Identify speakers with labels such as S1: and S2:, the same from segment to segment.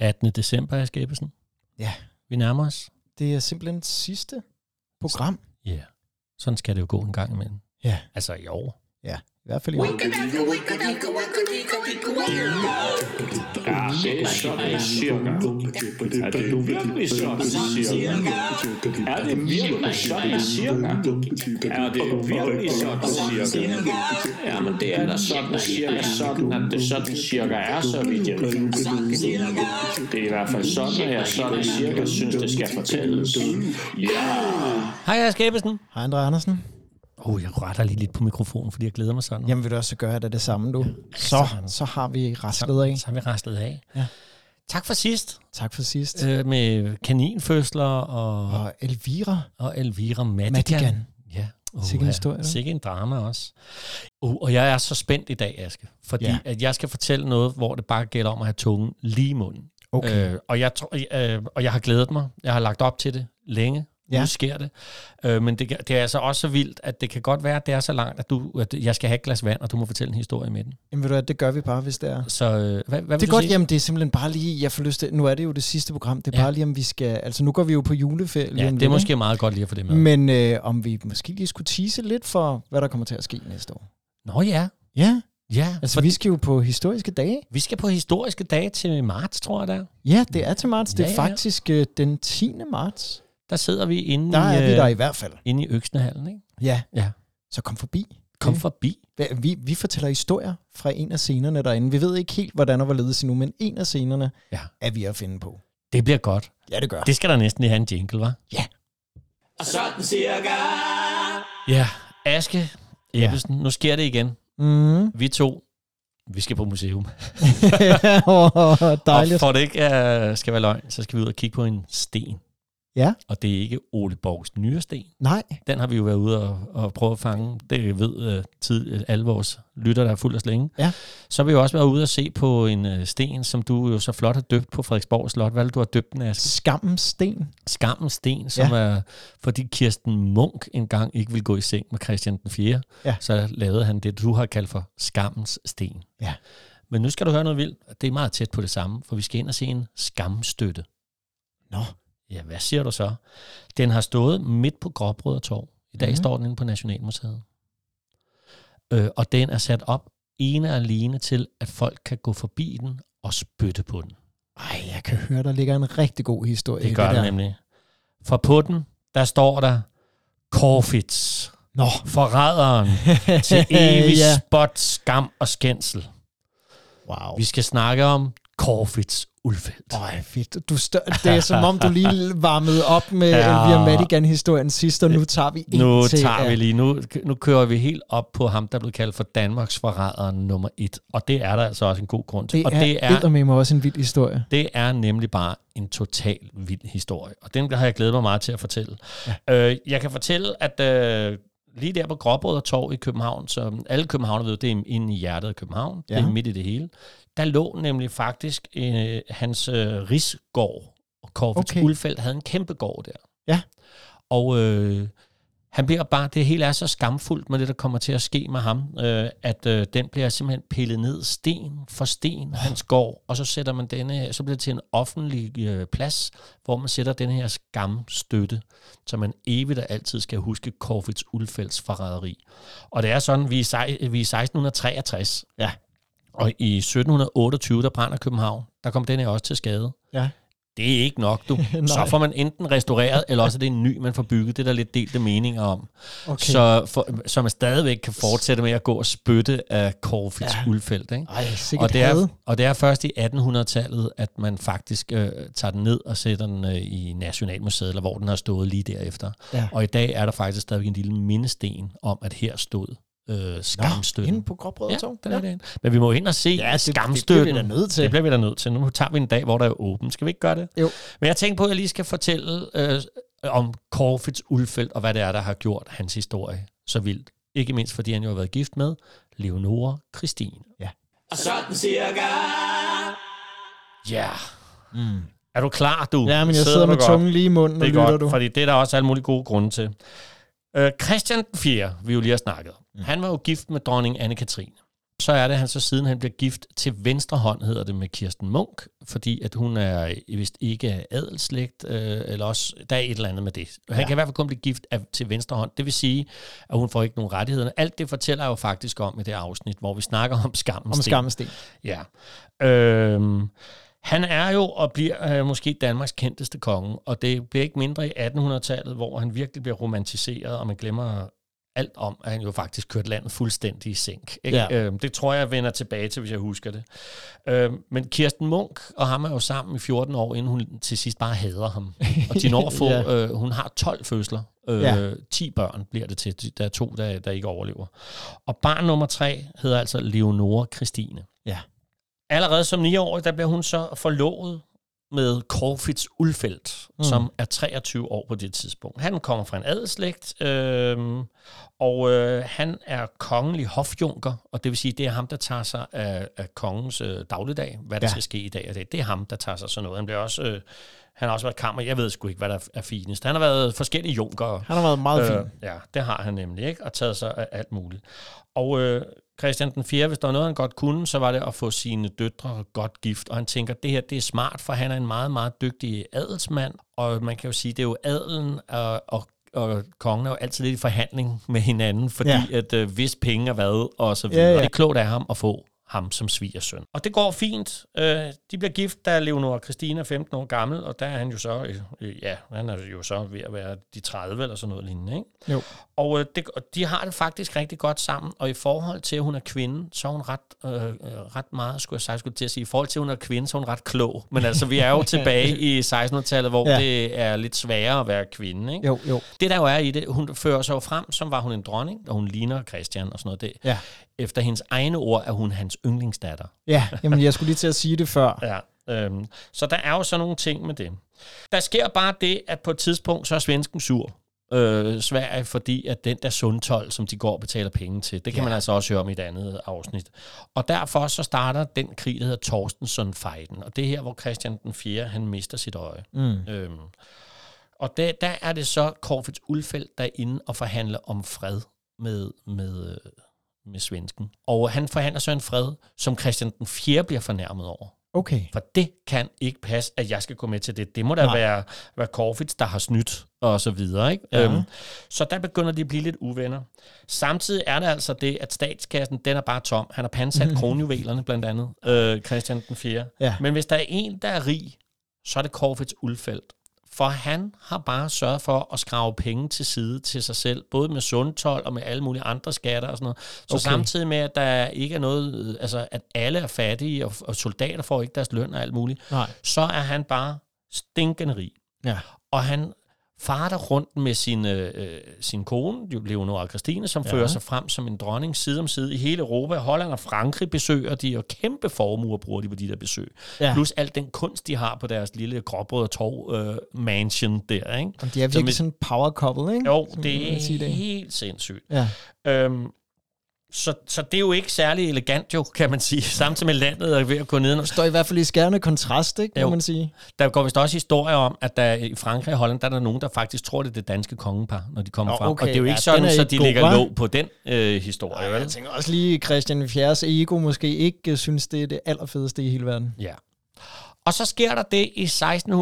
S1: 18. december, Ask Ebbesen.
S2: Ja.
S1: Vi nærmer os.
S2: Det er simpelthen sidste program.
S1: Ja. Yeah. Sådan skal det jo gå en gang imellem.
S2: Ja.
S1: Altså i år.
S2: I hvert fald i år.
S3: Ja, det er sådan cirka. Er det virkelig sådan cirka? Er det virkelig sådan cirka? Er det virkelig sådan cirka? Ja, men det er da sådan cirka sådan, at det sådan cirka er, så vidt jeg ved. Det er i hvert fald sådan, at jeg sådan cirka synes, det skal fortælles. Ja!
S1: Hej, Ask Ebbesen.
S2: Hej, Andre Andersen.
S1: Åh, oh, jeg retter lige lidt på mikrofonen, fordi jeg glæder mig sådan.
S2: Jamen vil du også gøre det det samme, du? Så, så har vi raslet af.
S1: Så har vi raslet af.
S2: Ja.
S1: Tak for sidst
S2: Tak for sidst.
S1: øh, med kaninfødsler og,
S2: Og Elvira.
S1: og Elvira Madigan.
S2: Madigan.
S1: Ja. Oh,
S2: Sikke en historie, du.
S1: Sikke en drama også. Oh, og jeg er så spændt i dag, Aske, fordi
S2: Ja.
S1: ja. at jeg skal fortælle noget, hvor det bare gælder om at have tungen lige i munden.
S2: Okay.
S1: Øh, og, jeg tror, øh, og jeg har glædet mig. Jeg har lagt op til det længe. Ja.
S2: Ja.
S1: Nu sker det. Øh, men det, kan- det er altså også så vildt, at det kan godt være, at det er så langt, at, du, at jeg skal have et glas vand, og du må fortælle en historie med den.
S2: Jamen ved du hvad, det gør vi bare, hvis det er.
S1: Så øh, hvad, hvad vil
S2: Det
S1: du
S2: er godt,
S1: sige?
S2: jamen det er simpelthen bare lige, jeg får lyst til, nu er det jo det sidste program, det er
S1: Ja.
S2: ja. bare lige, om vi skal, altså nu går vi jo på juleferie lige
S1: Ja,
S2: om
S1: det er
S2: lidt,
S1: måske meget godt lige at få det med.
S2: ikke? Men øh, om vi måske lige skulle tease lidt for, hvad der kommer til at ske næste år.
S1: Nå ja,
S2: Ja,
S1: ja.
S2: altså vi skal jo på historiske dage.
S1: Vi skal på historiske dage til marts, tror jeg der.
S2: Ja, det er til marts, det er
S1: Ja,
S2: ja,
S1: ja.
S2: faktisk øh, den 10. marts.
S1: Der sidder vi inde,
S2: Der er
S1: i,
S2: vi
S1: øh,
S2: der i hvert fald.
S1: inde i Øksnehallen. Ikke?
S2: Ja.
S1: Ja.
S2: Så kom forbi.
S1: Kom
S2: Det-
S1: forbi.
S2: Hva- Vi, vi fortæller historier fra en af scenerne derinde. Vi ved ikke helt, hvordan og hvorledes endnu, men en af scenerne
S1: Ja.
S2: er vi at finde på.
S1: Det bliver godt.
S2: Ja, det gør.
S1: Det skal der næsten lige have en jingle, var.
S3: Og sådan cirka.
S1: Ja, Aske Ebbesen, ja. nu sker det igen.
S2: Mm.
S1: Vi to, vi skal på museum.
S2: Åh, Dejligt.
S1: Og for det ikke uh, skal være løgn, så skal vi ud og kigge på en sten.
S2: Ja.
S1: Og det er ikke Ole Borgs nye sten.
S2: Nej,
S1: Den har vi jo været ude og, og prøve at fange. Det ved uh, tid, øh, alle vores lytter, der er fuld af slænge.
S2: Ja.
S1: Så har vi jo også været ude og se på en uh, sten, som du jo så flot har døbt på Frederiksborg Slot. Hvad er det, du har døbt den, Aske?
S2: skammens sten.
S1: Skammens Sten, som ja. er, fordi Kirsten Munk engang ikke ville gå i seng med Christian den 4.,
S2: Ja.
S1: så lavede han det, du har kaldt for Skammens Sten.
S2: Ja.
S1: Men nu skal du høre noget vildt, og det er meget tæt på det samme, for vi skal ind og se en skamstøtte.
S2: Nå.
S1: Ja, hvad siger du så? Den har stået midt på Gråbrød Torv. I dag
S2: Mhm.
S1: mm-hmm. står den inde på Nationalmuseet. Øh, og den er sat op ene og alene til, at folk kan gå forbi den og spytte på den.
S2: Ej, jeg kan høre, der ligger en rigtig god historie. i
S1: Det gør det,
S2: der.
S1: det nemlig. For på den, der står der Corfitz,
S2: Nå.
S1: forræderen til evig
S2: Ja.
S1: ja. spot, skam og skændsel.
S2: Wow.
S1: Vi skal snakke om Corfitz Ulfeldt.
S2: Ej, fedt. Du stør... Det er som om, du lige varmede op med ja. Elvira Madigan-historien sidst, og nu tager vi en
S1: Nu
S2: til.
S1: tager vi
S2: ja.
S1: lige, nu, nu kører vi helt op på ham, der blev kaldt for Danmarks forræder nummer et. Og det er der altså også en god grund til.
S2: Det
S1: og
S2: er, det er med mig også en vild historie.
S1: Det er nemlig bare en total vild historie, og den har jeg glædet mig meget til at fortælle. Ja. Øh, jeg kan fortælle, at øh, lige der på Gråbrød og Torv i København, som alle københavner ved, det er inde i hjertet af København, ja. det
S2: Ja.
S1: er midt i det hele, der lå nemlig faktisk øh, hans øh, rigsgård, og Corfitz okay.
S2: Okay.
S1: Ulfeldt havde en kæmpe gård der.
S2: Ja.
S1: Og øh, han bliver bare, det hele er så skamfuldt med det, der kommer til at ske med ham, øh, at øh, den bliver simpelthen pillet ned sten for sten, hans gård, og så sætter man denne her, så bliver det til en offentlig øh, plads, hvor man sætter den her skamstøtte, så man evigt og altid skal huske Corfitz Ulfeldts forræderi. Og det er sådan, vi er, sej- vi er 1663,
S2: Ja.
S1: og i 1728, der brænder København, der kom den her også til skade.
S2: Ja.
S1: Det er ikke nok, du. så får man enten restaureret, eller også er det en ny, man får bygget. Det er der lidt delte meninger om. Okay.
S2: Okay.
S1: Så, for, så man stadigvæk kan fortsætte med at gå og spytte af Corfitz ja. Ulfeldt. Ikke?
S2: Ej, sikkert
S1: Og det, er,
S2: had.
S1: og det er først i 1800-tallet, at man faktisk øh, tager den ned og sætter den øh, i Nationalmuseet, eller hvor den har stået lige derefter.
S2: Ja.
S1: Og i dag er der faktisk stadigvæk en lille mindesten om, at her stod øh, skamstøtten.
S2: Inde på Gråbrød
S1: Ja,
S2: og Torv.
S1: den er ja. Men vi må ind og se ja,
S2: det- det bliver vi
S1: skamstøtten.
S2: da nødt til.
S1: Det bliver vi da nødt til. Nu tager vi en dag, hvor der er åbent. Skal vi ikke gøre det?
S2: Jo.
S1: Men jeg tænkte på, at jeg lige skal fortælle øh, om Corfitz Ulfeldt, og hvad det er, der har gjort hans historie så vildt. Ikke mindst, fordi han jo har været gift med Leonora Christine.
S3: Og sådan cirka.
S1: Ja. Yeah. Mm. Er du klar, du?
S2: Ja, men jeg sidder, sidder
S1: du
S2: med
S1: godt?
S2: tungen lige i munden, og
S1: Det er
S2: lytter
S1: godt,
S2: du.
S1: fordi det er der også alle mulige gode grunde til. Mm. Øh, Christian den 4., vi jo lige har snakket om, han var jo gift med dronning Anne-Katrine. Så er det, at han så siden han bliver gift til venstre hånd, hedder det med Kirsten Munk, fordi at hun er øh, vist ikke er adelslægt, øh, eller også, der er et eller andet med det. Han ja. kan i hvert fald kun blive gift af, til venstre hånd. Det vil sige, at hun får ikke nogen rettigheder. Alt det fortæller jeg jo faktisk om i det afsnit, hvor vi snakker om skammen.
S2: Om skammesten.
S1: Ja. Øhm, han er jo og bliver øh, måske Danmarks kendteste konge, og det bliver ikke mindre i 1800-tallet, hvor han virkelig bliver romantiseret, og man glemmer alt om, at han jo faktisk kørte landet fuldstændig i sænk. Ikke? Ja. Øhm, det tror jeg, jeg vender tilbage til, hvis jeg husker det. Øhm, men Kirsten Munk og ham er jo sammen i 14 år, inden hun til sidst bare hader ham. Og de når at få, ja. øh, hun har 12 fødsler. Øh, ja. 10 børn bliver det til. Der er to, der, der ikke overlever. Og barn nummer tre hedder altså Leonora Christine.
S2: Ja.
S1: Allerede som 9-årig, der bliver hun så forlovet med Corfitz Ulfeldt, mm. som er 23 år på det tidspunkt. Han kommer fra en adelslægt, øh, og øh, han er kongelig hofjunker, og det vil sige, det er ham, der tager sig af, af kongens øh, dagligdag, hvad der ja. skal ske i dag og det. Det er ham, der tager sig sådan noget. Han bliver også... Øh, han har også været kammer, jeg ved sgu ikke, hvad der er finest. Han har været forskellige junker.
S2: Han har været meget øh, fin.
S1: Ja, det har han nemlig, ikke? Og taget sig af alt muligt. Og øh, Christian den 4., hvis der var noget, han godt kunne, så var det at få sine døtre godt gift. Og han tænker, det her det er smart, for han er en meget, meget dygtig adelsmand. Og man kan jo sige, det er jo adelen og, og og kongen er jo altid lidt i forhandling med hinanden, fordi ja. at øh, hvis penge er hvad, og så videre. Ja, ja. Og det er klogt af ham at få ham som svigersøn. Og det går fint. Øh, de bliver gift, da Leonora Christina er 15 år gammel, og der er han jo så, øh, ja, han er jo så ved at være de 30 eller sådan noget lignende, ikke?
S2: Jo.
S1: Og øh, det, og de har det faktisk rigtig godt sammen, og i forhold til, at hun er kvinde, så er hun ret, øh, ret meget, skulle jeg sige, skulle til at sige, i forhold til, at hun er kvinde, så er hun ret klog. Men altså, vi er jo tilbage i 1600-tallet, hvor ja. det er lidt sværere at være kvinde, ikke?
S2: Jo, jo.
S1: Det der jo er i det, hun fører sig jo frem, som var hun en dronning, og hun ligner Christian og sådan noget. Det,
S2: ja.
S1: Efter hendes egne ord er hun hans yndlingsdatter.
S2: Ja, jamen jeg skulle lige til at sige det før.
S1: ja, øhm, så der er jo sådan nogle ting med det. Der sker bare det, at på et tidspunkt, så er svensken sur. Øh, Sverige, fordi at den der sundtol, som de går og betaler penge til, det kan ja. man altså også høre om i et andet afsnit. Og derfor så starter den krig, der hedder Torstensson-fejden. Og det er her, hvor Christian den 4. han mister sit øje.
S2: Mm.
S1: Øhm, og der, der er det så Corfitz Ulfeldt, der er inde og forhandler om fred med, med, øh, med svensken. Og han forhandler så en fred, som Christian den 4. bliver fornærmet over.
S2: Okay.
S1: For det kan ikke passe, at jeg skal gå med til det. Det må da Nej. være, være Corfitz, der har snydt og så videre. Ikke? Ja. Øhm, så der begynder de at blive lidt uvenner. Samtidig er det altså det, at statskassen, den er bare tom. Han har pansat mm. kronjuvelerne blandt andet, øh, Christian den 4.
S2: Ja.
S1: Men hvis der er en, der er rig, så er det Corfitz Ulfeldt. For han har bare sørget for at skrave penge til side til sig selv, både med sundtol og med alle mulige andre skatter og sådan noget. Så okay. samtidig med, at der ikke er noget, altså at alle er fattige, og, og soldater får ikke deres løn og alt muligt,
S2: Nej.
S1: så er han bare stinkende rig.
S2: Ja.
S1: Og han farter rundt med sin, øh, sin kone, Leonora Christine, som ja. fører sig frem som en dronning side om side i hele Europa. Holland og Frankrig besøger de, og kæmpe formuer bruger de på de der besøg. Ja. Plus alt den kunst, de har på deres lille gråbrød og torv øh, mansion der. Ikke?
S2: Og de er virkelig så, sådan en power couple, ikke?
S1: Jo, som det er sige det. helt sindssygt.
S2: Ja.
S1: Øhm, så, så det er jo ikke særlig elegant jo, kan man sige, samtidig med landet er ved at gå ned. Det
S2: står i hvert fald i skærende kontrast, ikke, kan jo. man sige.
S1: Der går vist også historier om, at der i Frankrig og Holland, der er der nogen, der faktisk tror, det er det danske kongepar, når de kommer oh, okay. frem. Og det er jo ikke ja, sådan, er så de god, ligger låg på den øh, historie. Ej,
S2: jeg tænker også lige, Christian Fjers ego måske ikke synes, det er det allerfedeste i hele verden.
S1: Ja. Og så sker der det i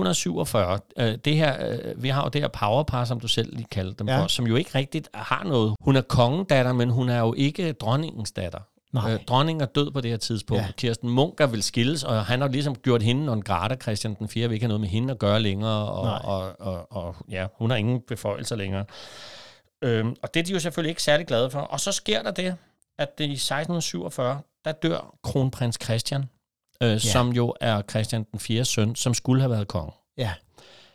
S1: 1647. Øh, det her, øh, vi har jo det her powerpar, som du selv lige kaldte dem ja. for, som jo ikke rigtigt har noget. Hun er kongedatter, men hun er jo ikke dronningens datter.
S2: Nej. Øh,
S1: dronningen er død på det her tidspunkt. Ja. Kirsten Munker vil skilles, og han har ligesom gjort hende non grata. Christian den 4 vil ikke have noget med hende at gøre længere, og,
S2: Nej.
S1: og, og, og ja, hun har ingen beføjelser længere. Øhm, og det er de jo selvfølgelig ikke særlig glade for. Og så sker der det, at det i 1647, der dør kronprins Christian, øh, ja. som jo er Christian den 4. søn, som skulle have været konge.
S2: Ja.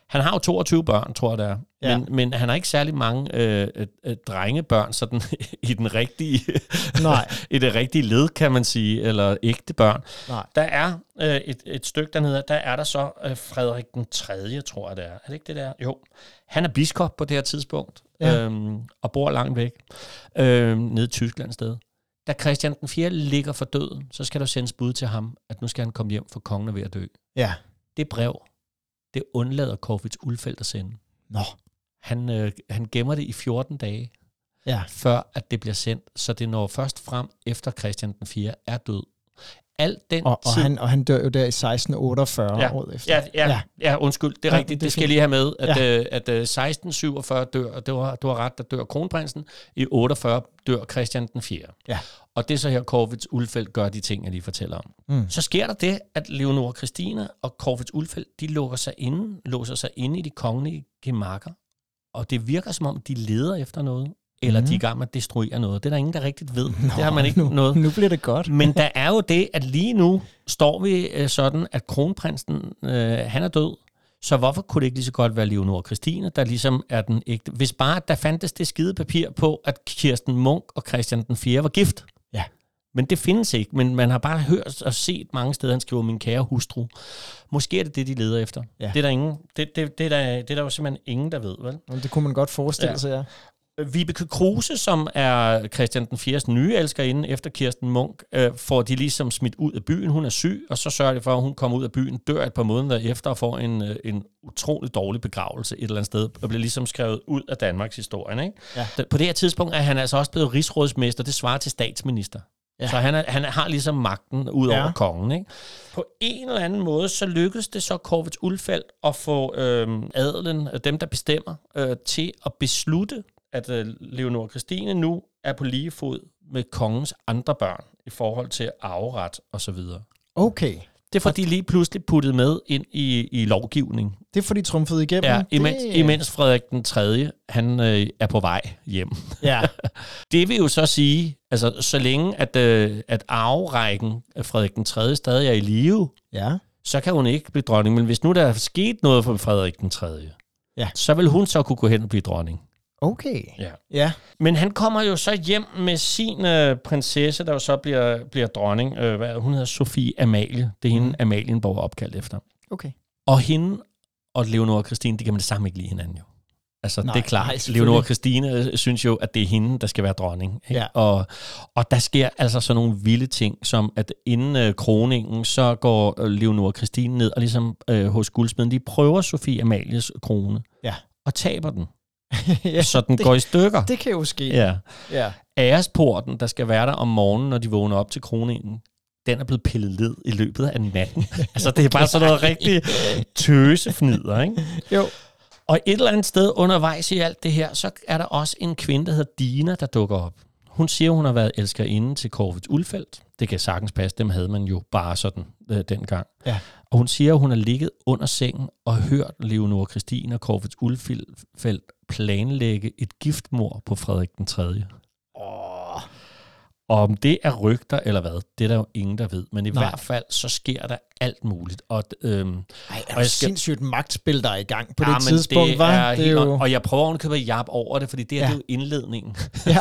S1: Han har jo 22 børn, tror jeg det er. Ja. Men, men han har ikke særlig mange øh, øh, drengebørn sådan, i, den rigtige,
S2: Nej.
S1: i det rigtige led, kan man sige, eller ægte børn.
S2: Nej.
S1: Der er øh, et, et stykke dernede, der er der så øh, Frederik den 3., tror jeg det er. Er det ikke det der? Jo. Han er biskop på det her tidspunkt, ja. øhm, og bor langt væk, øhm, nede i Tyskland sted da Christian den 4. ligger for døden, så skal der sendes bud til ham, at nu skal han komme hjem, for kongen er ved at dø.
S2: Ja.
S1: Det brev, det undlader Corfitz Ulfeldt at sende.
S2: Nå.
S1: Han, øh, han gemmer det i 14 dage.
S2: Ja.
S1: før at det bliver sendt. Så det når først frem efter Christian den 4. er død. Al den
S2: Og, og,
S1: tid...
S2: han, og han dør jo der i 1648
S1: Ja.
S2: året efter.
S1: Ja, ja,
S2: Ja.
S1: ja. ja, undskyld, det er
S2: Ja,
S1: ja, rigtigt.
S2: det er
S1: Det skal jeg lige have med, at, ja. øh, at øh, 1647 dør, og det var, du har ret, der dør kronprinsen. I 48 dør Christian den 4.
S2: Ja.
S1: Og det er så her, Korvits Ulfeldt gør de ting, jeg lige fortæller om.
S2: Mm.
S1: Så sker der det, at Leonora Christina og Korvits Ulfeldt, de lukker sig inde, låser sig inde i de kongelige gemakker, og det virker som om, de leder efter noget, eller
S2: Mhm.
S1: mm. de er i gang med at destruere noget. Det er der ingen, der rigtigt ved. Nå, det
S2: Nå,
S1: har man ikke
S2: nu,
S1: noget.
S2: Nu bliver det godt.
S1: Men der er jo det, at lige nu står vi øh, sådan, at kronprinsen, øh, han er død. Så hvorfor kunne det ikke lige så godt være Leonora Christine, der ligesom er den ægte? Hvis bare der fandtes det skide papir på, at Kirsten Munk og Christian den 4. var gift.
S2: Ja.
S1: Men det findes ikke, men man har bare hørt og set mange steder, han skriver, min kære hustru. Måske er det det, de leder efter.
S2: Ja.
S1: Det, er der ingen, det, det, det, er der, det er der jo simpelthen ingen, der ved, vel?
S2: Jamen, Det kunne man godt forestille ja.
S1: Ja.
S2: sig, ja.
S1: Vibeke Kruse, som er Christian den 4.s nye elskerinde efter Kirsten Munk, øh, får de ligesom smidt ud af byen. Hun er syg, og så sørger de for, at hun kommer ud af byen, dør et par måneder efter og får en, øh, en utrolig dårlig begravelse et eller andet sted, og bliver ligesom skrevet ud af Danmarks historie. Ikke?
S2: Ja.
S1: Da- På det her tidspunkt er han altså også blevet rigsrådsmester, det svarer til statsminister.
S2: Ja.
S1: Ja. Så han, er, han har ligesom magten ud over
S2: Ja.
S1: ja. kongen. Ikke? På en eller anden måde, så lykkedes det så Korvets Ulfeldt at få øh, adelen, øh, dem der bestemmer, øh, til at beslutte, at øh, Leonor Christine nu er på lige fod med kongens andre børn i forhold til arveret og så videre.
S2: Okay.
S1: Det får de lige pludselig puttet med ind i, i lovgivning.
S2: Det får de trumfet igennem.
S1: Ja, imens,
S2: det...
S1: imens Frederik den 3. han øh, er på vej hjem.
S2: Ja.
S1: Det vil jo så sige, altså så længe at, øh, at arverækken af Frederik den 3. stadig er i live,
S2: ja.
S1: så kan hun ikke blive dronning. Men hvis nu der er sket noget for Frederik den 3.,
S2: Ja.
S1: så vil hun så kunne gå hen og blive dronning.
S2: Okay.
S1: Ja.
S2: Ja.
S1: Men han kommer jo så hjem med sin øh, prinsesse, der jo så bliver, bliver dronning. Øh, hvad, er det? hun hedder Sofie Amalie. Det er hende, Amalienborg er opkaldt efter.
S2: Okay.
S1: Og hende og Leonora Christine, de kan med det samme ikke lide hinanden jo. Altså,
S2: Nej,
S1: det er klart.
S2: nej,
S1: Nej,
S2: selvfølgelig.
S1: Leonora Christine øh, synes jo, at det er hende, der skal være dronning. Ikke?
S2: Ja.
S1: Og, og der sker altså sådan nogle vilde ting, som at inden øh, kroningen, så går øh, Leonora Christine ned, og ligesom øh, hos guldsmeden, de prøver Sofie Amalies krone,
S2: Ja.
S1: og taber den.
S2: ja.
S1: Så den det, går i stykker.
S2: Det kan jo ske.
S1: ja.
S2: ja.
S1: Æresporten, der skal være der om morgenen, når de vågner op til kroningen, den er blevet pillet ned i løbet af natten. altså, det er bare sådan noget rigtig tøsefnider, ikke?
S2: Jo.
S1: Og et eller andet sted undervejs i alt det her, så er der også en kvinde, der hedder Dina, der dukker op. Hun siger, hun har været elskerinde til Corvitz Ulfeldt. Det kan sagtens passe, dem havde man jo bare sådan øh, dengang.
S2: Ja.
S1: Og hun siger, hun har ligget under sengen og hørt Leonora Christine og Corvitz Ulfeldt planlægge et giftmord på Frederik den 3.
S2: Åh.
S1: Og om det er rygter eller hvad, det er der jo ingen, der ved. Men i
S2: Nej.
S1: Nej. hvert fald, så sker der alt muligt. Og, øhm,
S2: Ej, er
S1: Og
S2: der
S1: jeg skal-
S2: sindssygt magtspil, der er i gang på
S1: Ja,
S2: det
S1: men
S2: tidspunkt,
S1: det
S2: var?
S1: Er
S2: det
S1: helt
S2: er
S1: on-
S2: jo...
S1: Og jeg prøver at købe jap over det, fordi det, her,
S2: Ja.
S1: det er jo indledningen.
S2: Ja.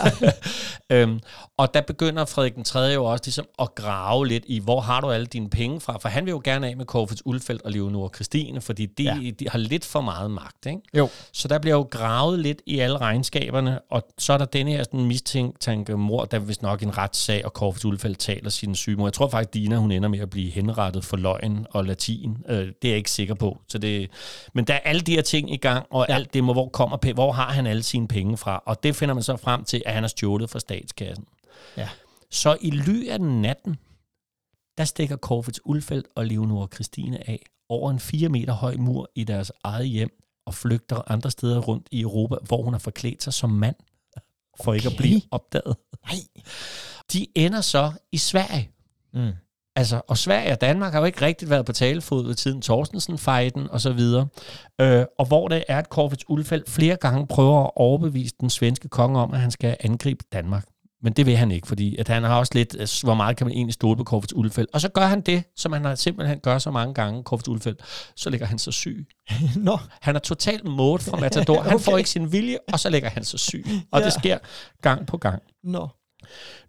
S1: øhm, og der begynder Frederik den 3. jo også ligesom at grave lidt i, hvor har du alle dine penge fra? For han vil jo gerne af med Corfitz Ulfeldt og Leonora Christine, fordi de,
S2: Ja.
S1: ja. de har lidt for meget magt. Ikke?
S2: Jo.
S1: Så der bliver jo gravet lidt i alle regnskaberne, og så er der denne her sådan mistænke mor, der er vist nok en retssag, og Corfitz Ulfeldt taler sin syge mor. Jeg tror faktisk, Dina hun ender med at blive henrettet for løgn og latin. Øh, det er jeg ikke sikker på. Så det, men der er alle de her ting i gang, og ja. alt det med, hvor, kommer, pe- hvor har han alle sine penge fra? Og det finder man så frem til, at han har stjålet fra statskassen.
S2: Ja.
S1: Så i ly af natten, der stikker Corfitz Ulfeldt og Leonora Christine af over en 4 meter høj mur i deres eget hjem og flygter andre steder rundt i Europa, hvor hun har forklædt sig som mand, for okay. ikke at
S2: Okay.
S1: blive opdaget.
S2: Nej.
S1: De ender så i Sverige.
S2: Mm.
S1: Altså, og Sverige og Danmark har jo ikke rigtigt været på talefod ved tiden Torstensen-fejden og så videre. Øh, og hvor det er, at Corvitz Ulfeldt flere gange prøver at overbevise den svenske konge om, at han skal angribe Danmark. Men det vil han ikke, fordi at han har også lidt, altså, hvor meget kan man egentlig stole på Corvitz Ulfeldt. Og så gør han det, som han har simpelthen gør så mange gange, Corvitz Ulfeldt. Så ligger han så syg.
S2: Nå.
S1: Han er totalt mået fra Matador. Han
S2: Okay.
S1: får ikke sin vilje, og så ligger han så syg. Og
S2: Ja.
S1: det sker gang på gang.
S2: Nå.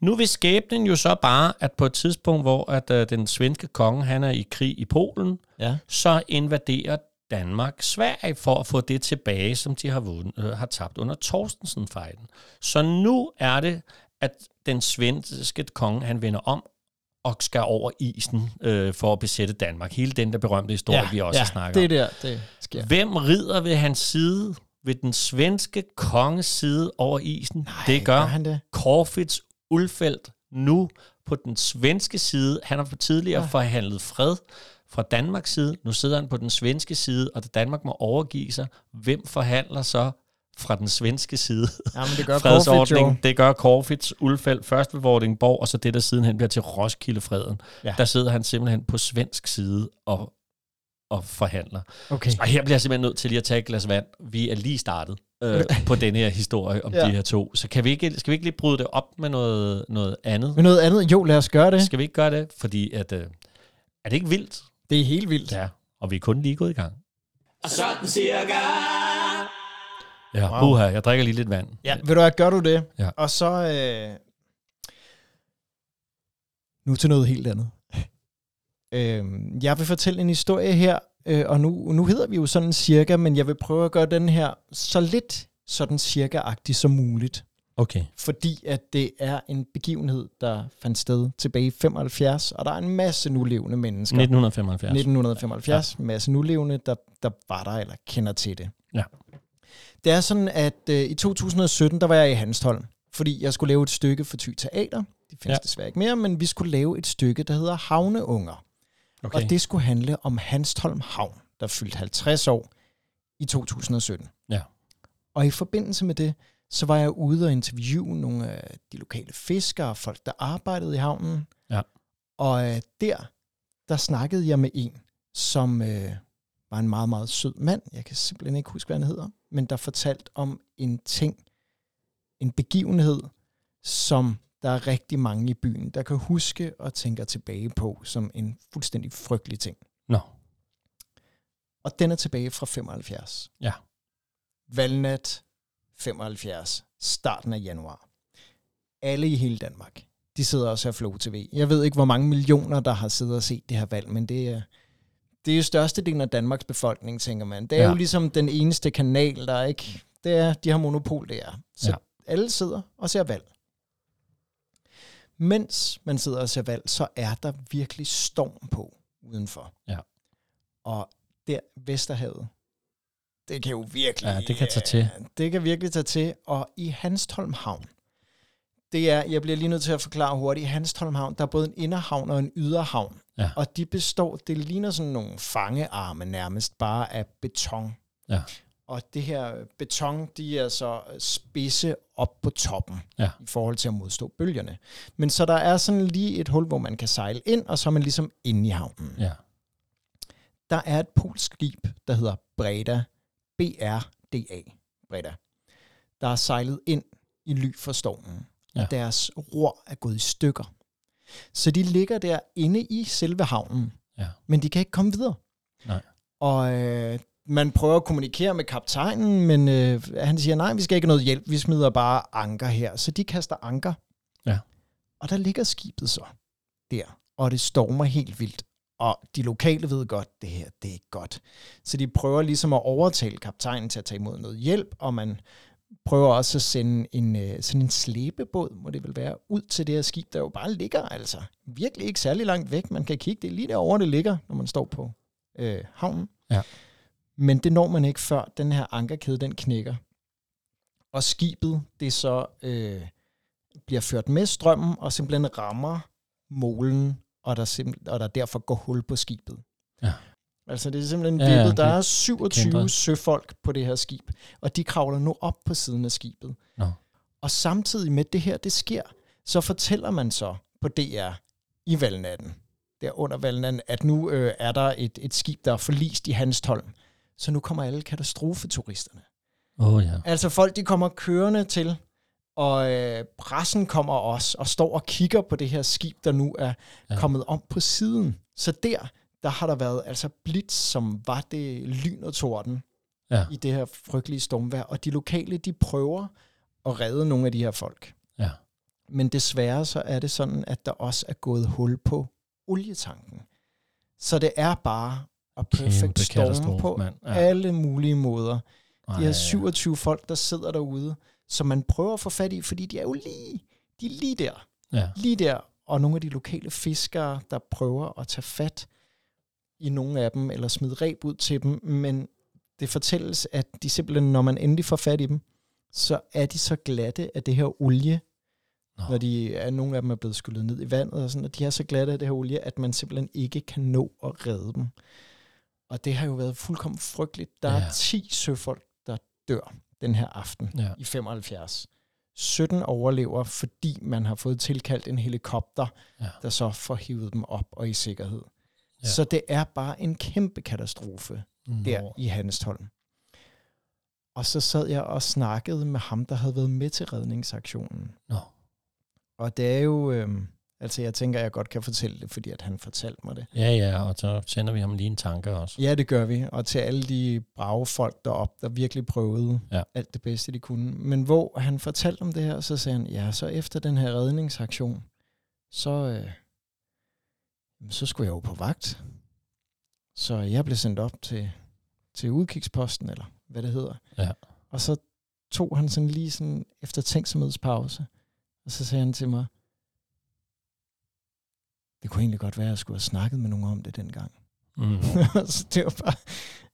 S1: Nu vil skæbnen jo så bare, at på et tidspunkt, hvor at, øh, den svenske konge han er i krig i Polen,
S2: Ja.
S1: så invaderer Danmark Sverige for at få det tilbage, som de har, vundet, øh, har tabt under Torstensen-fejden. Så nu er det, at den svenske konge han vender om og skal over isen øh, for at besætte Danmark. Hele den der berømte historie, vi også
S2: ja.
S1: snakker
S2: Det
S1: om.
S2: er der, det sker.
S1: Hvem rider ved hans side? ved den svenske konges side over isen. Nej, det
S2: gør
S1: gør
S2: han det?
S1: Corfitz Ulfeldt nu på den svenske side. Han har for tidligere
S2: Ah.
S1: ja. forhandlet fred fra Danmarks side. Nu sidder han på den svenske side, og da Danmark må overgive sig, hvem forhandler så fra den svenske side?
S2: Jamen, det gør
S1: fredsordning.
S2: Corfitz,
S1: det gør Corfitz, Ulfeldt, først ved Vordingborg, og så det, der sidenhen bliver til Roskildefreden.
S2: Ja.
S1: Ja. Der sidder han simpelthen på svensk side og, og forhandler.
S2: jo. Okay.
S1: Og her bliver jeg simpelthen nødt til lige at tage et glas vand. Vi er lige startet øh, på den her historie om
S2: Ja.
S1: ja. de her to. Så kan vi ikke, skal vi ikke lige bryde det op med noget, noget andet?
S2: Men noget andet, jo, lad os gøre det.
S1: Skal vi ikke gøre det? Fordi at, øh, er det ikke vildt?
S2: Det er helt vildt.
S1: Ja. Og vi er kun lige gået i gang.
S3: Og sådan cirka.
S1: Ja, wow. uha, jeg drikker lige lidt vand.
S2: Ja, ved du hvad, gør du det?
S1: Ja.
S2: Og så... Øh, nu til noget helt andet. øh, jeg vil fortælle en historie her, øh, og nu, nu hedder vi jo sådan cirka, men jeg vil prøve at gøre den her så lidt sådan cirka-agtig som muligt.
S1: Okay.
S2: Fordi at det er en begivenhed, der fandt sted tilbage i 75, og der er en masse nulevende mennesker.
S1: 1975.
S2: 1975. Ja. Masse nulevende, der, der var der eller kender til det.
S1: Ja.
S2: Det er sådan, at øh, i 2017, der var jeg i Hanstholm, fordi jeg skulle lave et stykke for Thy Teater. Det findes ja.
S1: Ja.
S2: desværre ikke mere, men vi skulle lave et stykke, der hedder Havneunger. Okay. Og det skulle handle om Hanstholm Havn, der fyldte 50 år i 2017.
S1: Ja.
S2: Og i forbindelse med det, så var jeg ude og interviewe nogle af de lokale fiskere og folk, der arbejdede i havnen.
S1: Ja.
S2: Og øh, der, der snakkede jeg med en, som øh, var en meget, meget sød mand. Jeg kan simpelthen ikke huske, hvad han hedder. Men der fortalte om en ting, en begivenhed, som der er rigtig mange i byen, der kan huske og tænker tilbage på som en fuldstændig frygtelig ting.
S1: Nå.
S2: Og den er tilbage fra 75.
S1: Ja.
S2: Valnat 75, starten af januar. Alle i hele Danmark, de sidder også her Flow TV. Jeg ved ikke, hvor mange millioner, der har siddet og set det her valg, men det er, det er jo størstedelen af Danmarks befolkning, tænker man. Det er ja.
S1: Ja.
S2: jo ligesom den eneste kanal, der ikke... Det er, de har monopol, det er. Så ja.
S1: Ja.
S2: alle sidder og ser valg. Mens man sidder og ser valg, så er der virkelig storm på udenfor.
S1: Ja.
S2: Og der, Vesterhavet, det kan jo virkelig... øh,
S1: Ja, det kan tage til.
S2: Det kan virkelig tage til. Og i Hanstholm Havn, det er, jeg bliver lige nødt til at forklare hurtigt, i Hanstholm Havn, der er både en inderhavn og en yderhavn.
S1: Ja.
S2: Og de består, det ligner sådan nogle fangearme nærmest bare af beton.
S1: Ja.
S2: Og det her øh, beton, de er så øh, spidse op på toppen
S1: Ja.
S2: i forhold til at modstå bølgerne. Men så der er sådan lige et hul, hvor man kan sejle ind, og så er man ligesom inde i havnen
S1: Ja.
S2: der er et polsk skib, der hedder Breda, BRDA, Breda, der er sejlet ind i ly for stormen, ja.
S1: Ja.
S2: og deres ror er gået i stykker. Så de ligger der inde i selve havnen,
S1: Ja.
S2: men de kan ikke komme videre.
S1: Nej.
S2: Og øh, man prøver at kommunikere med kaptajnen, men øh, han siger, nej, vi skal ikke have noget hjælp, vi smider bare anker her. Så de kaster anker.
S1: Ja.
S2: Og der ligger skibet så der, og det stormer helt vildt. Og de lokale ved godt, det her, det er ikke godt. Så de prøver ligesom at overtale kaptajnen til at tage imod noget hjælp, og man prøver også at sende en, øh, sådan en slæbebåd, må det vel være, ud til det her skib, der jo bare ligger, altså. Virkelig ikke særlig langt væk. Man kan kigge, det er lige derovre, det ligger, når man står på øh, havnen.
S1: Ja.
S2: Men det når man ikke før, den her ankerkæde, den knækker. Og skibet, det så øh, bliver ført med strømmen, og simpelthen rammer molen, og der, simpel, og der derfor går hul på skibet.
S1: Ja.
S2: Altså det er simpelthen
S1: Ja, ja,
S2: vippet. Der
S1: det-
S2: er 27
S1: ændrer.
S2: søfolk på det her skib, og de kravler nu op på siden af skibet.
S1: Nå.
S2: Og samtidig med det her, det sker, så fortæller man så på DR i valgnatten, der under valgnatten, at nu øh, er der et, et skib, der er forlist i Hanstholm. Så nu kommer alle katastrofeturisterne.
S1: Åh, oh, ja.
S2: Altså folk, de kommer kørende til, og øh, pressen kommer også og står og kigger på det her skib, der nu er ja.
S1: Ja.
S2: kommet om på siden. Så der, der har der været altså blitz, som var det lyn og torden
S1: Ja.
S2: i det her frygtelige stormvejr. Og de lokale, de prøver at redde nogle af de her folk.
S1: Ja.
S2: Men desværre så er det sådan, at der også er gået hul på olietanken. Så det er bare a perfect
S1: Kæmpe
S2: storm
S1: katastrofe,
S2: på
S1: mand.
S2: ja.
S1: Ja.
S2: alle mulige måder.
S1: Ej,
S2: De her 27 folk, der sidder derude, som man prøver at få fat i, fordi de er jo lige, de er lige der,
S1: Ja.
S2: lige der. Og nogle af de lokale fiskere, der prøver at tage fat i nogle af dem, eller smide reb ud til dem, men Det fortælles, at de simpelthen, når man endelig får fat i dem, så er de så glatte af det her olie,
S1: Nå.
S2: Nå. når de er, nogle af dem er blevet skyllet ned i vandet, og sådan, og de er så glatte af det her olie, at man simpelthen ikke kan nå at redde dem. Og det har jo været fuldkommen frygteligt. Der ja.
S1: Ja.
S2: er 10 søfolk, der dør den her aften
S1: Ja.
S2: i 75. 17 overlever, fordi man har fået tilkaldt en helikopter,
S1: Ja.
S2: ja. der så får hivet dem op og i sikkerhed.
S1: Ja.
S2: Ja. Så det er bare en kæmpe katastrofe der
S1: Nå.
S2: i Hanstholm. Og så sad jeg og snakkede med ham, der havde været med til redningsaktionen.
S1: Nå.
S2: Og det er jo, øhm, altså jeg tænker, jeg godt kan fortælle det, fordi at han fortalte mig det.
S1: Ja, ja, og så sender vi ham lige en tanke også.
S2: Ja, det gør vi. Og til alle de brave folk deroppe, der virkelig prøvede
S1: Ja.
S2: ja. alt det bedste, de kunne. Men hvor han fortalte om det her, så sagde han, ja, så efter den her redningsaktion, så, øh, så skulle jeg jo på vagt. Så jeg blev sendt op til, til udkigsposten, eller hvad det hedder.
S1: Ja.
S2: Og så tog han sådan lige sådan efter tænksomhedspause, og så sagde han til mig, det kunne egentlig godt være, at jeg skulle have snakket med nogen om det dengang.
S1: Mm.
S2: så det var bare,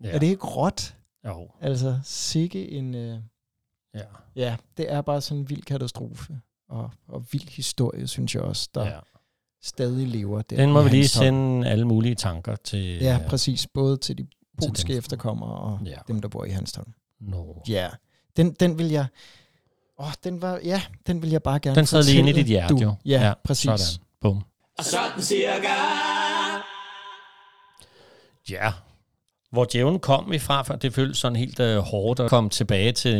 S1: Ja.
S2: Ja. Er det ikke råt?
S1: Jo,
S2: Altså, sikke en... Øh,
S1: ja.
S2: ja, det er bare sådan en vild katastrofe. Og, og vild historie, synes jeg også, der ja.
S1: ja.
S2: stadig lever der.
S1: Den
S2: i
S1: må vi lige
S2: Hanstholm.
S1: sende alle mulige tanker til...
S2: Ja, præcis. Både til de polske
S1: dem.
S2: efterkommere og
S1: Ja.
S2: ja. dem, der bor i Hanstholm.
S1: No.
S2: Ja, den, den vil jeg... Åh, den var... Ja, den vil jeg bare gerne
S1: Den sad lige inde i dit
S2: fortælle,
S1: hjerte,
S2: du.
S1: jo.
S2: Ja, ja præcis.
S1: Sådan. Bum.
S3: Og sådan cirka.
S1: Ja. Hvor djævlen kom vi fra, for det føltes sådan helt øh, hårdt at komme tilbage til,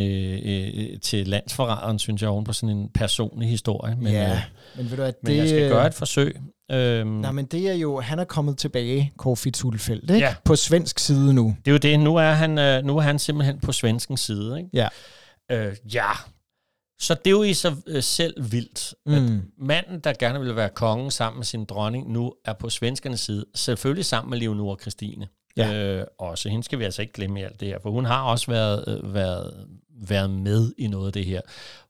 S1: øh, øh, til landsforræderen, synes jeg, oven på sådan en personlig historie. Men,
S2: Men, ja,
S1: øh,
S2: men ved du at
S1: men
S2: det... øh,
S1: jeg skal gøre
S2: det.
S1: et forsøg. Øhm,
S2: Nej, men det er jo... Han er kommet tilbage, Kåre Tulfeldt, ikke?
S1: Ja.
S2: Ja. På svensk side nu.
S1: Det er jo det. Nu er han, øh, nu er han simpelthen på svenskens side. Ikke?
S2: Ja.
S1: Øh, ja. Så det er jo i sig øh, selv vildt, mm. at
S2: Mm.
S1: manden, der gerne ville være konge sammen med sin dronning, nu er på svenskernes side. Selvfølgelig sammen med Leonora Christine.
S2: Ja.
S1: Øh, også hende skal vi altså ikke glemme i alt det her, for hun har også været, øh, været, været med i noget af det her.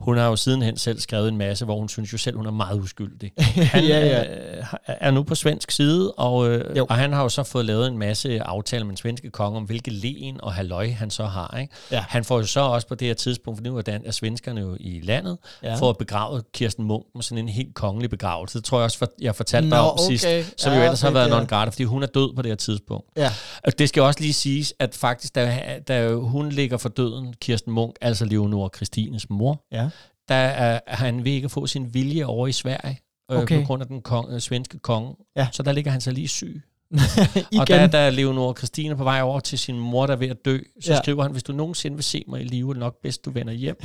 S1: Hun har jo sidenhen selv skrevet en masse, hvor hun synes jo selv, hun er meget uskyldig. Han
S2: Ja, ja.
S1: Øh, er nu på svensk side, og, øh,
S2: Jo.
S1: og han har jo så fået lavet en masse aftaler med den svenske konge om, hvilke len og halløj han så har. Ikke?
S2: Ja.
S1: Han får jo så også på det her tidspunkt, for nu er, dan- er svenskerne jo i landet, ja.
S2: Ja.
S1: for at begrave Kirsten Munk med sådan en helt kongelig begravelse. Det tror jeg også, for, jeg fortalte dig
S2: Nå,
S1: om sidst,
S2: okay.
S1: som jo
S2: Ja,
S1: ellers har
S2: fedt,
S1: været
S2: ja.
S1: non grata, fordi hun er død på det her tidspunkt.
S2: Ja.
S1: Og det skal også lige siges, at faktisk, da, da hun ligger for døden, Kirsten Munk, altså Leonora Christines mor,
S2: Ja.
S1: der er, han vil ikke få sin vilje over i Sverige, øh,
S2: Okay.
S1: på grund af den kong, øh, svenske konge.
S2: Ja.
S1: Så der ligger han så lige syg.
S2: Igen.
S1: Og der, der er Leonora Christine på vej over til sin mor, der er ved at dø. Så ja.
S2: Ja.
S1: skriver han, hvis du nogensinde vil se mig i live, er det nok bedst, du vender hjem.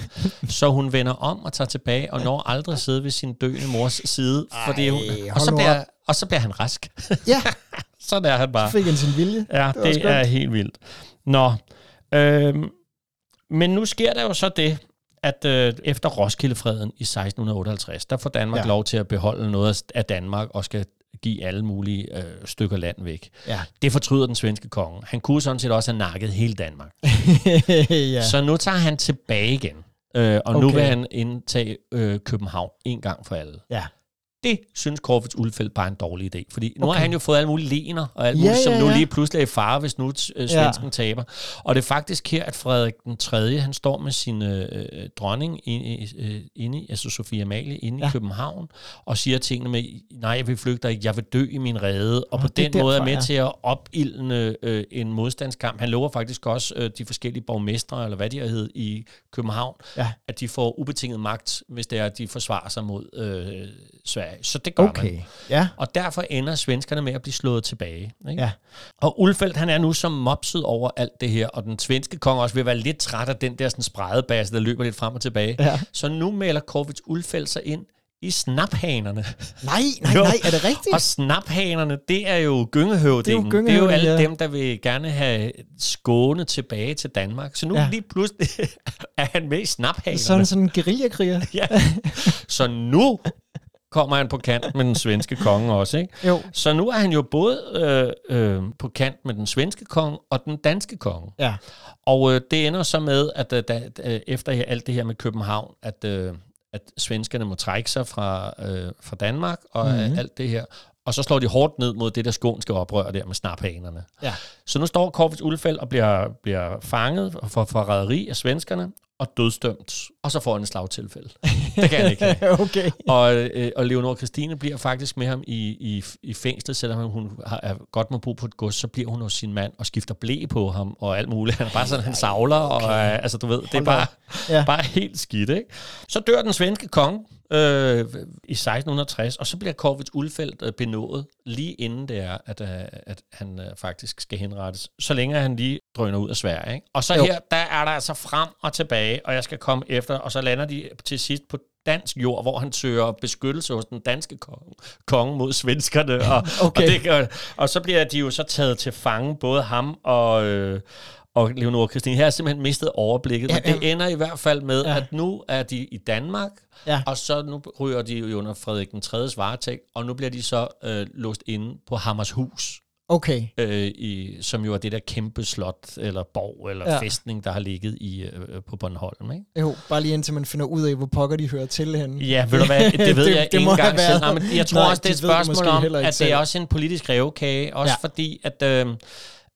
S1: så hun vender om og tager tilbage, og når aldrig at sidde ved sin døende mors side. Ej, fordi hun,
S2: hold
S1: og, så
S2: nu
S1: bliver, og så bliver han rask.
S2: Ja,
S1: Sådan er han bare.
S2: fik han sin vilje.
S1: Ja,
S2: var
S1: det, det
S2: skønt.
S1: er helt vildt. Nå, øhm, men nu sker der jo så det, at øh, efter Roskildefreden i 1658, der får Danmark ja.
S2: Ja.
S1: lov til at beholde noget af Danmark og skal give alle mulige øh, stykker land væk.
S2: Ja.
S1: Det fortryder den svenske konge. Han kunne sådan set også have nakket hele Danmark.
S2: ja.
S1: Så nu tager han tilbage igen, øh, og okay. nu
S2: Okay.
S1: vil han indtage øh, København en gang for alle.
S2: Ja.
S1: Det synes Corfitz Ulfeldt bare er en dårlig idé, fordi nu okay.
S2: Okay.
S1: har han jo fået alle mulige lener og alt
S2: Ja,
S1: muligt, ja, ja,
S2: ja,
S1: som nu
S2: ja.
S1: lige pludselig er i fare, hvis nu øh, svensken ja. taber. Og det er faktisk her, at Frederik den 3., han står med sin øh, øh, dronning inde, øh, inde, i- altså Sofia Amalie, inde ja. i
S2: Ja.
S1: København, og siger tingene med, nej, jeg vil flygte dig, jeg vil dø i min rede, og
S2: Nå,
S1: på
S2: det er
S1: den måde er
S2: derfor,
S1: med
S2: ja.
S1: til at opildne øh, en modstandskamp. Han lover faktisk også øh, de forskellige borgmestre, eller hvad de har hed, i København,
S2: Ja.
S1: at de får ubetinget magt, hvis det er, at de forsvarer sig mod øh, Sverige. Så det gør man.
S2: Okay. Ja.
S1: Og derfor ender svenskerne med at blive slået tilbage. Ikke?
S2: Ja.
S1: Og Ulfeldt, han er nu som mopset over alt det her, og den svenske konge også vil være lidt træt af den der sådan spredebasse, der løber lidt frem og tilbage.
S2: Ja.
S1: Så nu melder Korvits Ulfeldt sig ind i snaphanerne.
S2: Nej, nej,
S1: Jo.
S2: nej, er det rigtigt?
S1: Og snaphanerne, det er jo gyngehøvdingen. Det er jo
S2: gyngehøvdingen,
S1: alle
S2: ja.
S1: dem, der vil gerne have Skåne tilbage til Danmark. Så nu ja.
S2: Ja.
S1: lige pludselig er han med i snaphanerne.
S2: Sådan sådan en guerillakriger.
S1: Ja. Så nu kommer han på kant med den svenske konge også, ikke?
S2: Jo.
S1: Så nu er han jo både øh, øh, på kant med den svenske konge og den danske konge.
S2: Ja.
S1: Og øh, det ender så med, at øh, da, øh, efter her- alt det her med København, at, øh, at svenskerne må trække sig fra, øh, fra Danmark og mm-hmm. alt det her. Og så slår de hårdt ned mod det der skånske oprør der med snaphanerne.
S2: Ja.
S1: Så nu står Corvitz Ulfeldt og bliver, bliver fanget for forræderi af svenskerne og dødsdømt. Og så får han et slagtilfælde. Det kan han ikke. have.
S2: okay.
S1: Og, øh, og Leonor Christine bliver faktisk med ham i, i, i fængslet, selvom hun har, er godt må bo på et gods, så bliver hun hos sin mand og skifter blæ på ham og alt muligt. Han er bare sådan, han savler, okay. og øh, altså du ved, det er
S2: Hold da
S1: bare,
S2: Ja.
S1: ja. bare helt skidt, ikke? Så dør den svenske konge øh, i 1660, og så bliver Corvids Ulfeldt øh, benået lige inden det er, at, øh, at han øh, faktisk skal henrettes, så længe han lige drøner ud af Sverige, ikke? Og så
S2: Jo.
S1: jo. her, der er der altså frem og tilbage, og jeg skal komme efter, og så lander de til sidst på dansk jord, hvor han søger beskyttelse hos den danske konge, konge mod svenskerne. Og,
S2: Okay.
S1: og, det, gør- og så bliver de jo så taget til fange, både ham og, øh, og Leonora Christine. Her har jeg simpelthen mistet overblikket, ja,
S2: Ja,
S1: men det ender i hvert fald med,
S2: Ja.
S1: ja. at nu er de i Danmark,
S2: Ja.
S1: og så nu ryger de jo under Frederik den 3. varetægt, og nu bliver de så øh, låst inde på Hammershus
S2: Okay.
S1: øh, i, som jo er det der kæmpe slot, eller borg, eller
S2: Ja.
S1: ja. fæstning, der har ligget i, øh, på Bornholm. Ikke?
S2: Jo, bare lige indtil man finder ud af, hvor pokker de hører til henne.
S1: Ja, ved du hvad, det ved
S2: Det-
S1: det, jeg
S2: det
S1: ikke
S2: må have
S1: engang
S2: været-
S1: selv. Nej, men jeg tror
S2: Nej,
S1: Nej, også, det er et
S2: de ved det
S1: spørgsmål
S2: måske
S1: om,
S2: heller ikke
S1: at det
S2: selv.
S1: er også en politisk revkage, også
S2: Ja.
S1: ja. fordi, at, øh,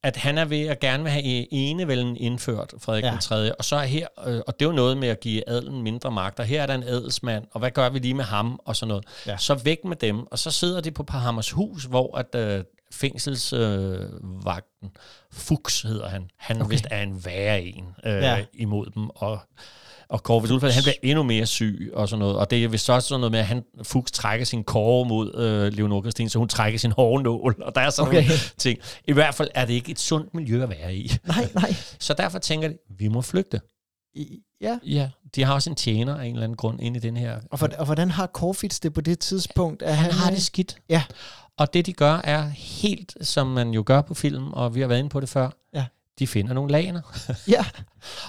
S1: at han er ved at gerne vil have e- enevælden indført, Frederik
S2: Ja.
S1: ja. den 3. Og så er her, øh, og det er jo noget med at give adelen mindre magt, og her er der en adelsmand, og hvad gør vi lige med ham, og sådan noget.
S2: Ja.
S1: Ja. Så væk med dem, og så sidder de på Parhammers hus, hvor at... Øh, fængselsvagten, øh, vagten, Fuchs hedder han, han okay. vist er en værre en øh,
S2: Ja.
S1: ja. imod dem, og og Corvus Ulfeldt, han bliver endnu mere syg og sådan noget. Og det er vist også sådan noget med, at han Fuchs trækker sin kåre mod øh, Leonor Christine, så hun trækker sin hårde nål, og der er sådan
S2: Okay.
S1: okay. nogle ting. I hvert fald er det ikke et sundt miljø at være i.
S2: Nej, nej.
S1: Så derfor tænker de, vi må flygte.
S2: I- Ja.
S1: Ja. De har også en tjener af en eller anden grund inde i den her.
S2: Og, for, og hvordan har Corfitz det på det tidspunkt? Er han, øh,
S1: Han har det skidt.
S2: Ja.
S1: Og det, de gør, er helt, som man jo gør på film, og vi har været inde på det før,
S2: Ja.
S1: de finder nogle laner.
S2: Ja.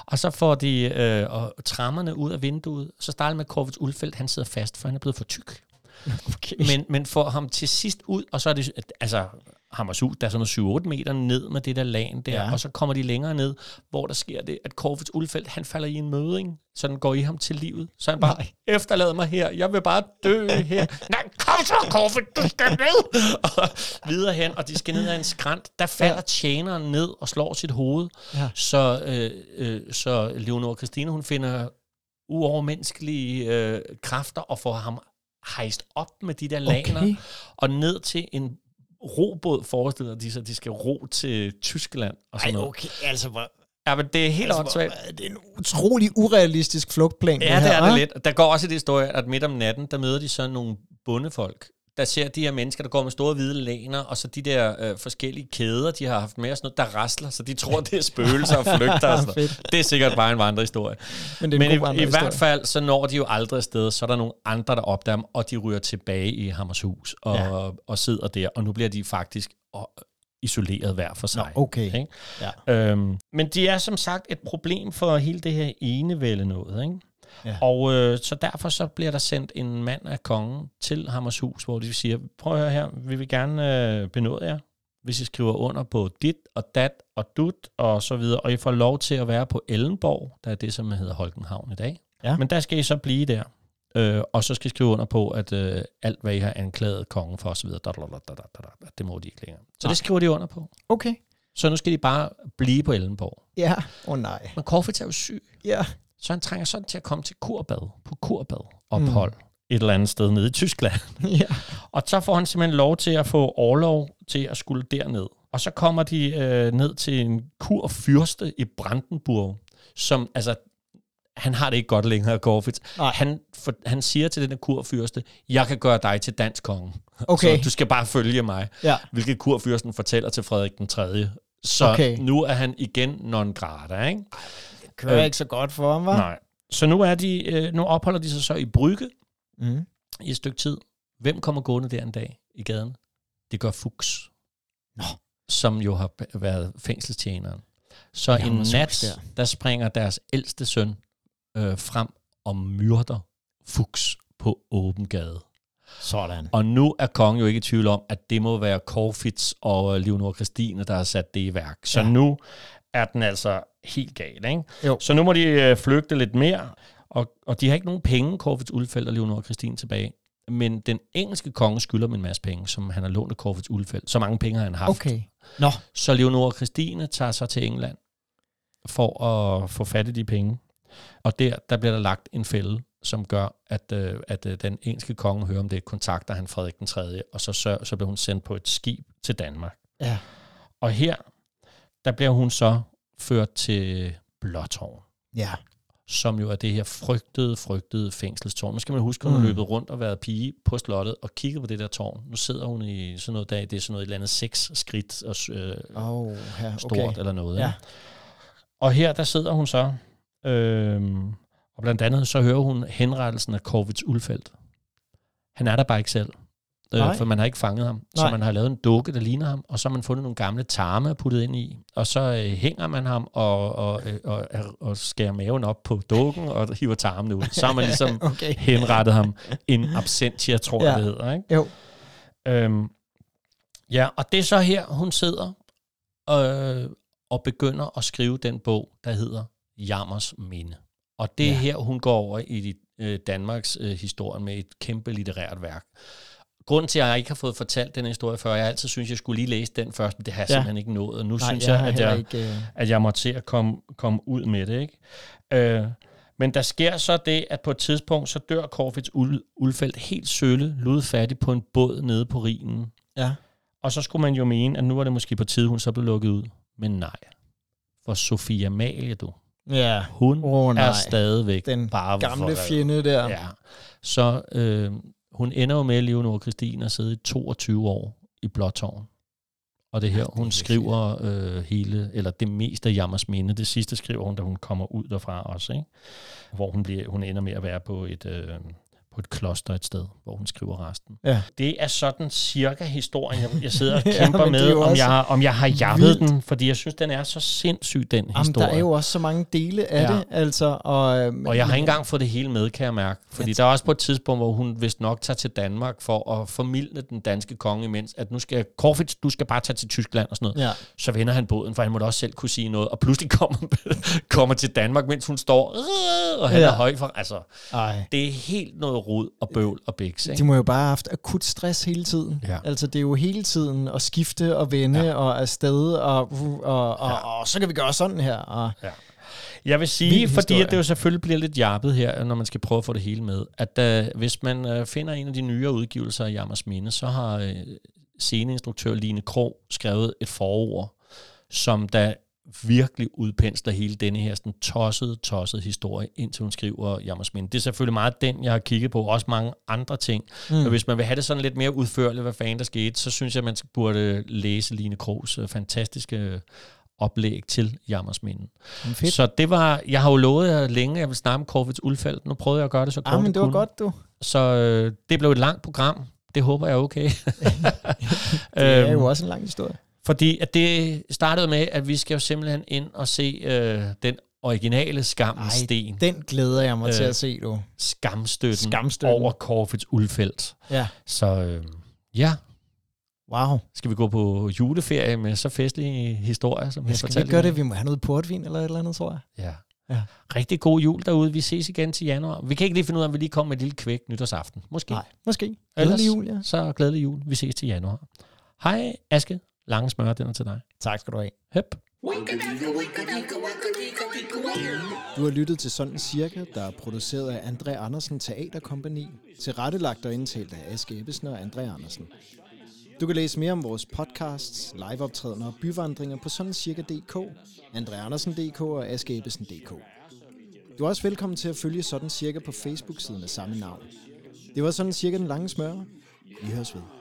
S1: Og så får de øh, og trammerne ud af vinduet. Så starter med Corvus Ulfeldt, han sidder fast, for han er blevet for tyk.
S2: Okay.
S1: men, men får ham til sidst ud, og så er det, altså Hammershus, der er sådan noget 7-8 meter ned med det der lagen der,
S2: Ja.
S1: ja. og så kommer de længere ned, hvor der sker det, at Corvitz Ulfeldt, han falder i en møding, så den går i ham til livet. Så han bare,
S2: Nej.
S1: Nej. efterlad mig her, jeg vil bare dø her. Nej, kom så, Corvitz, du skal ned! Og videre hen, og de skal ned ad en skrant, der falder
S2: Ja.
S1: ja. tjeneren ned og slår sit hoved,
S2: Ja.
S1: så, øh, øh, så Leonor Christine, hun finder uovermenneskelige øh, kræfter og får ham hejst op med de der laner
S2: Okay.
S1: og ned til en robåd forestiller de sig, de skal ro til Tyskland og sådan noget.
S2: altså, hvor,
S1: Ja, men det er helt
S2: altså,
S1: åndssvagt.
S2: hvor, det er en utrolig urealistisk flugtplan.
S1: Ja, det
S2: her,
S1: er det
S2: hva'?
S1: lidt. Der går også et historie, at midt om natten, der møder de sådan nogle bundefolk. Der ser de her mennesker, der går med store hvide læner, og så de der øh, forskellige kæder, de har haft med og sådan noget, der rasler, så de tror, det er spøgelser og flygter. Og sådan noget. Det er sikkert bare en vandrehistorie.
S2: Men det er en
S1: Men i,
S2: god vandrehistorie.
S1: i hvert fald, så når de jo aldrig afsted, så er der nogle andre, der opdager dem, og de ryger tilbage i Hammershus og,
S2: Ja.
S1: ja. og, sidder der, og nu bliver de faktisk og, isoleret hver for sig.
S2: Okay.
S1: Ikke?
S2: Ja.
S1: Øhm, men de er som sagt et problem for hele det her enevælde noget, ikke?
S2: Ja.
S1: Ja. Og øh, så derfor så bliver der sendt en mand af kongen til Hammershus, hvor de siger, prøv at høre her, vi vil gerne øh, benåde jer, hvis I skriver under på dit og dat og dut og så videre, og I får lov til at være på Ellenborg, der er det, som hedder Holkenhavn i dag.
S2: Ja.
S1: Men der skal I så blive der, øh, og så skal I skrive under på, at øh, alt, hvad I har anklaget kongen for osv., det må de ikke længere. Så
S2: Nej.
S1: det skriver de under på.
S2: Okay.
S1: Så nu skal de bare blive på Ellenborg.
S2: Ja. Åh oh, nej.
S1: Men Corfitz er jo syg,
S2: Ja.
S1: så han trænger sådan til at komme til kurbad, på kurbad ophold mm. et eller andet sted nede i Tyskland.
S2: ja.
S1: Og så får han simpelthen lov til at få overlov til at skulle derned. Og så kommer de øh, ned til en kurfyrste i Brandenburg, som altså, han har det ikke godt længere, Corfitz.
S2: Nej.
S1: Han, for, han siger til den her kurfyrste, jeg kan gøre dig til dansk konge.
S2: Okay.
S1: Så du skal bare følge mig.
S2: Ja.
S1: Hvilket kurfyrsten fortæller til Frederik den 3. Så
S2: Okay.
S1: okay. nu er han igen non grata, ikke?
S2: Kører
S1: Øh,
S2: ikke så godt for ham, hva'?
S1: Nej. Så nu, er de, øh, nu opholder de sig så i Brygge
S2: Mm.
S1: i et stykke tid. Hvem kommer gående der en dag i gaden? Det gør Fuchs.
S2: Nå.
S1: Som jo har b- været fængselstjeneren. Så
S2: Ja,
S1: en
S2: men så
S1: nat,
S2: der.
S1: der. der springer deres ældste søn øh, frem og myrder Fuchs på åben gade.
S2: Sådan.
S1: Og nu er kongen jo ikke i tvivl om, at det må være Corfitz og øh, Leonor Christine, der har sat det i værk. Så
S2: Ja.
S1: ja. nu er den altså helt gal, ikke?
S2: Jo.
S1: Så nu må de øh, flygte lidt mere, og, og de har ikke nogen penge, Corfitz Ulfeldt og Leonor Christine, tilbage. Men den engelske konge skylder dem en masse penge, som han har lånt af Corfitz Ulfeldt. Så mange penge har han haft.
S2: Okay. Nå,
S1: Så Leonora Christine tager sig til England for at få fat i de penge. Og der, der bliver der lagt en fælde, som gør, at, øh, at øh, den engelske konge hører om det, kontakter han Frederik den 3., og så, så, så bliver hun sendt på et skib til Danmark.
S2: Ja.
S1: Og her, der bliver hun så ført til Blåtårn,
S2: ja.
S1: som jo er det her frygtede, frygtede fængselstårn. Nu skal man huske, at hun har
S2: Mm.
S1: løbet rundt og været pige på slottet og kigget på det der tårn. Nu sidder hun i sådan noget dag, det er sådan noget et eller andet seks skridt og, øh,
S2: Oh, ja,
S1: stort
S2: okay.
S1: okay. eller noget.
S2: Ja.
S1: Ja. Og her, der sidder hun så, øhm, og blandt andet så hører hun henrettelsen af Korvits Ulfeldt. Han er der bare ikke selv,
S2: Nej.
S1: øh, for man har ikke fanget ham. Nej.
S2: Nej.
S1: Så man har lavet en dukke, der ligner ham, og så har man fundet nogle gamle tarme puttet ind i, og så øh, hænger man ham og, og, øh, og, og, og skærer maven op på dukken og hiver tarmene ud. Så har man ligesom
S2: Okay.
S1: henrettet ham en absentia, tror jeg,
S2: Ja.
S1: det hedder. Ikke?
S2: Jo.
S1: Øhm, ja, og det er så her, hun sidder øh, og begynder at skrive den bog, der hedder Jammers Minde. Og det er
S2: Ja.
S1: ja. her, hun går over i de, øh, Danmarks øh, historie med et kæmpe litterært værk. Grunden til, at jeg ikke har fået fortalt den historie før, jeg har altid synes, jeg skulle lige læse den først, men det har jeg
S2: Ja.
S1: ja. simpelthen ikke nået. Og nu
S2: Nej,
S1: synes
S2: jeg,
S1: jeg,
S2: har
S1: at
S2: heller
S1: jeg,
S2: ikke... Øh,
S1: at jeg måtte se at komme, komme ud med det. Ikke? Øh, men der sker så det, at på et tidspunkt, så dør Corfitz Ul, Ulfeldt helt sølle, ludfattig på en båd nede på Rhinen.
S2: ja.
S1: Og så skulle man jo mene, at nu var det måske på tide, hun så blev lukket ud. Men nej. For Sofia Malie, du.
S2: Ja.
S1: Hun oh,
S2: Åh,
S1: er
S2: nej.
S1: stadigvæk
S2: Den
S1: bare
S2: Gamle
S1: forræder.
S2: fjende der.
S1: Ja. Så øh, hun ender jo med, Leonora Christine, at sidde i 22 år i Blåtårn. Og det er her,
S2: det er
S1: hun
S2: virkelig-
S1: skriver øh, hele, eller det meste af Jammers minde. Det sidste skriver hun, da hun kommer ud derfra også, ikke? Hvor hun, bliver, hun ender med at være på et, øh, på et kloster et sted, hvor hun skriver resten.
S2: Ja.
S1: Det er sådan cirka historien, jeg, jeg sidder og
S2: Ja,
S1: kæmper
S2: men det er
S1: med,
S2: jo
S1: om
S2: også
S1: jeg, har- om jeg har jappet
S2: vildt.
S1: den, fordi jeg synes, den er så sindssyg, den
S2: Jamen,
S1: historie.
S2: der er jo også så mange dele af
S1: Ja.
S2: det, altså. Og, øh,
S1: Og jeg har ikke engang fået det hele med, kan jeg mærke. Fordi der er også på et tidspunkt, hvor hun vist nok tager til Danmark for at formidle den danske konge, imens at nu skal Korfitz, du skal bare tage til Tyskland og sådan noget.
S2: Ja.
S1: Så vender han båden, for han måtte også selv kunne sige noget. Og pludselig kommer, kommer til Danmark, mens hun står "Øh", og han
S2: Ja.
S1: ja. er høj for. Altså,
S2: Ej.
S1: det er helt noget rod og bøvl og biks.
S2: De
S1: Ikke?
S2: må jo bare have haft akut stress hele tiden.
S1: Ja.
S2: Altså, det er jo hele tiden at skifte og vende ja. og afsted, og, og, og, og, ja. og så kan vi gøre sådan her. Og,
S1: Jeg vil sige,
S2: Vild
S1: fordi
S2: historie.
S1: at det jo selvfølgelig bliver lidt jappet her, når man skal prøve at få det hele med, at uh, hvis man uh, finder en af de nyere udgivelser af Jammers Minde, så har uh, sceneinstruktør Line Krog skrevet et forord, som der virkelig udpensler hele denne her sådan tossede, tossede historie, indtil hun skriver Jammers Minde. Det er selvfølgelig meget den, jeg har kigget på, også mange andre ting. Mm. Men hvis man vil have det sådan lidt mere udførligt, hvad fanden der skete, så synes jeg, man burde læse Line Krogs øh, fantastiske øh, oplæg til Jammers Minde.
S2: fedt.
S1: Så det var, jeg har jo lovet jer længe, at jeg ville snakke om Corvids Ulfeldt. Nu prøvede jeg at gøre det så kort,
S2: Ah, men
S1: jeg
S2: det var
S1: kunne.
S2: godt, du.
S1: Så øh, det blev et langt program. Det håber jeg er okay.
S2: Det er jo
S1: øhm,
S2: også en lang historie.
S1: fordi at det startede med, at vi skal jo simpelthen ind og se øh, den originale skammens
S2: Ej,
S1: sten,
S2: Den glæder jeg mig øh, til
S1: Øh,
S2: at se, du.
S1: skamstøtten,
S2: Skamstøtten.
S1: over Corvids Ulfeldt.
S2: Ja.
S1: Så øh, ja,
S2: Wow.
S1: skal vi gå på juleferie med så festlige historier, som
S2: Men
S1: jeg
S2: skal vi
S1: fortalte
S2: ikke gøre
S1: jer?
S2: det? Vi må have noget portvin eller et eller andet, tror jeg.
S1: Ja.
S2: Ja.
S1: ja. Rigtig god jul derude. Vi ses igen til januar. Vi kan ikke lige finde ud af, om vi lige kommer med et lille kvæk nytårsaften. Måske.
S2: Nej, måske.
S1: Ellers-
S2: Glædelig jul, ja.
S1: Så glædelig jul. Vi ses til januar. Hej Aske. Lange smør, den er til dig.
S2: Tak skal du have.
S1: Høp.
S2: Du har lyttet til Sådan Cirka, der er produceret af André Andersen Teaterkompagni, tilrettelagt og indtalt af Aske Ebbesen og André Andersen. Du kan læse mere om vores podcasts, liveoptrædener og byvandringer på sådancirka.dk, andreandersen.dk og askeebbesen.dk. Du er også velkommen til at følge Sådan Cirka på Facebook-siden af samme navn. Det var Sådan Cirka den lange smør. Vi høres ved.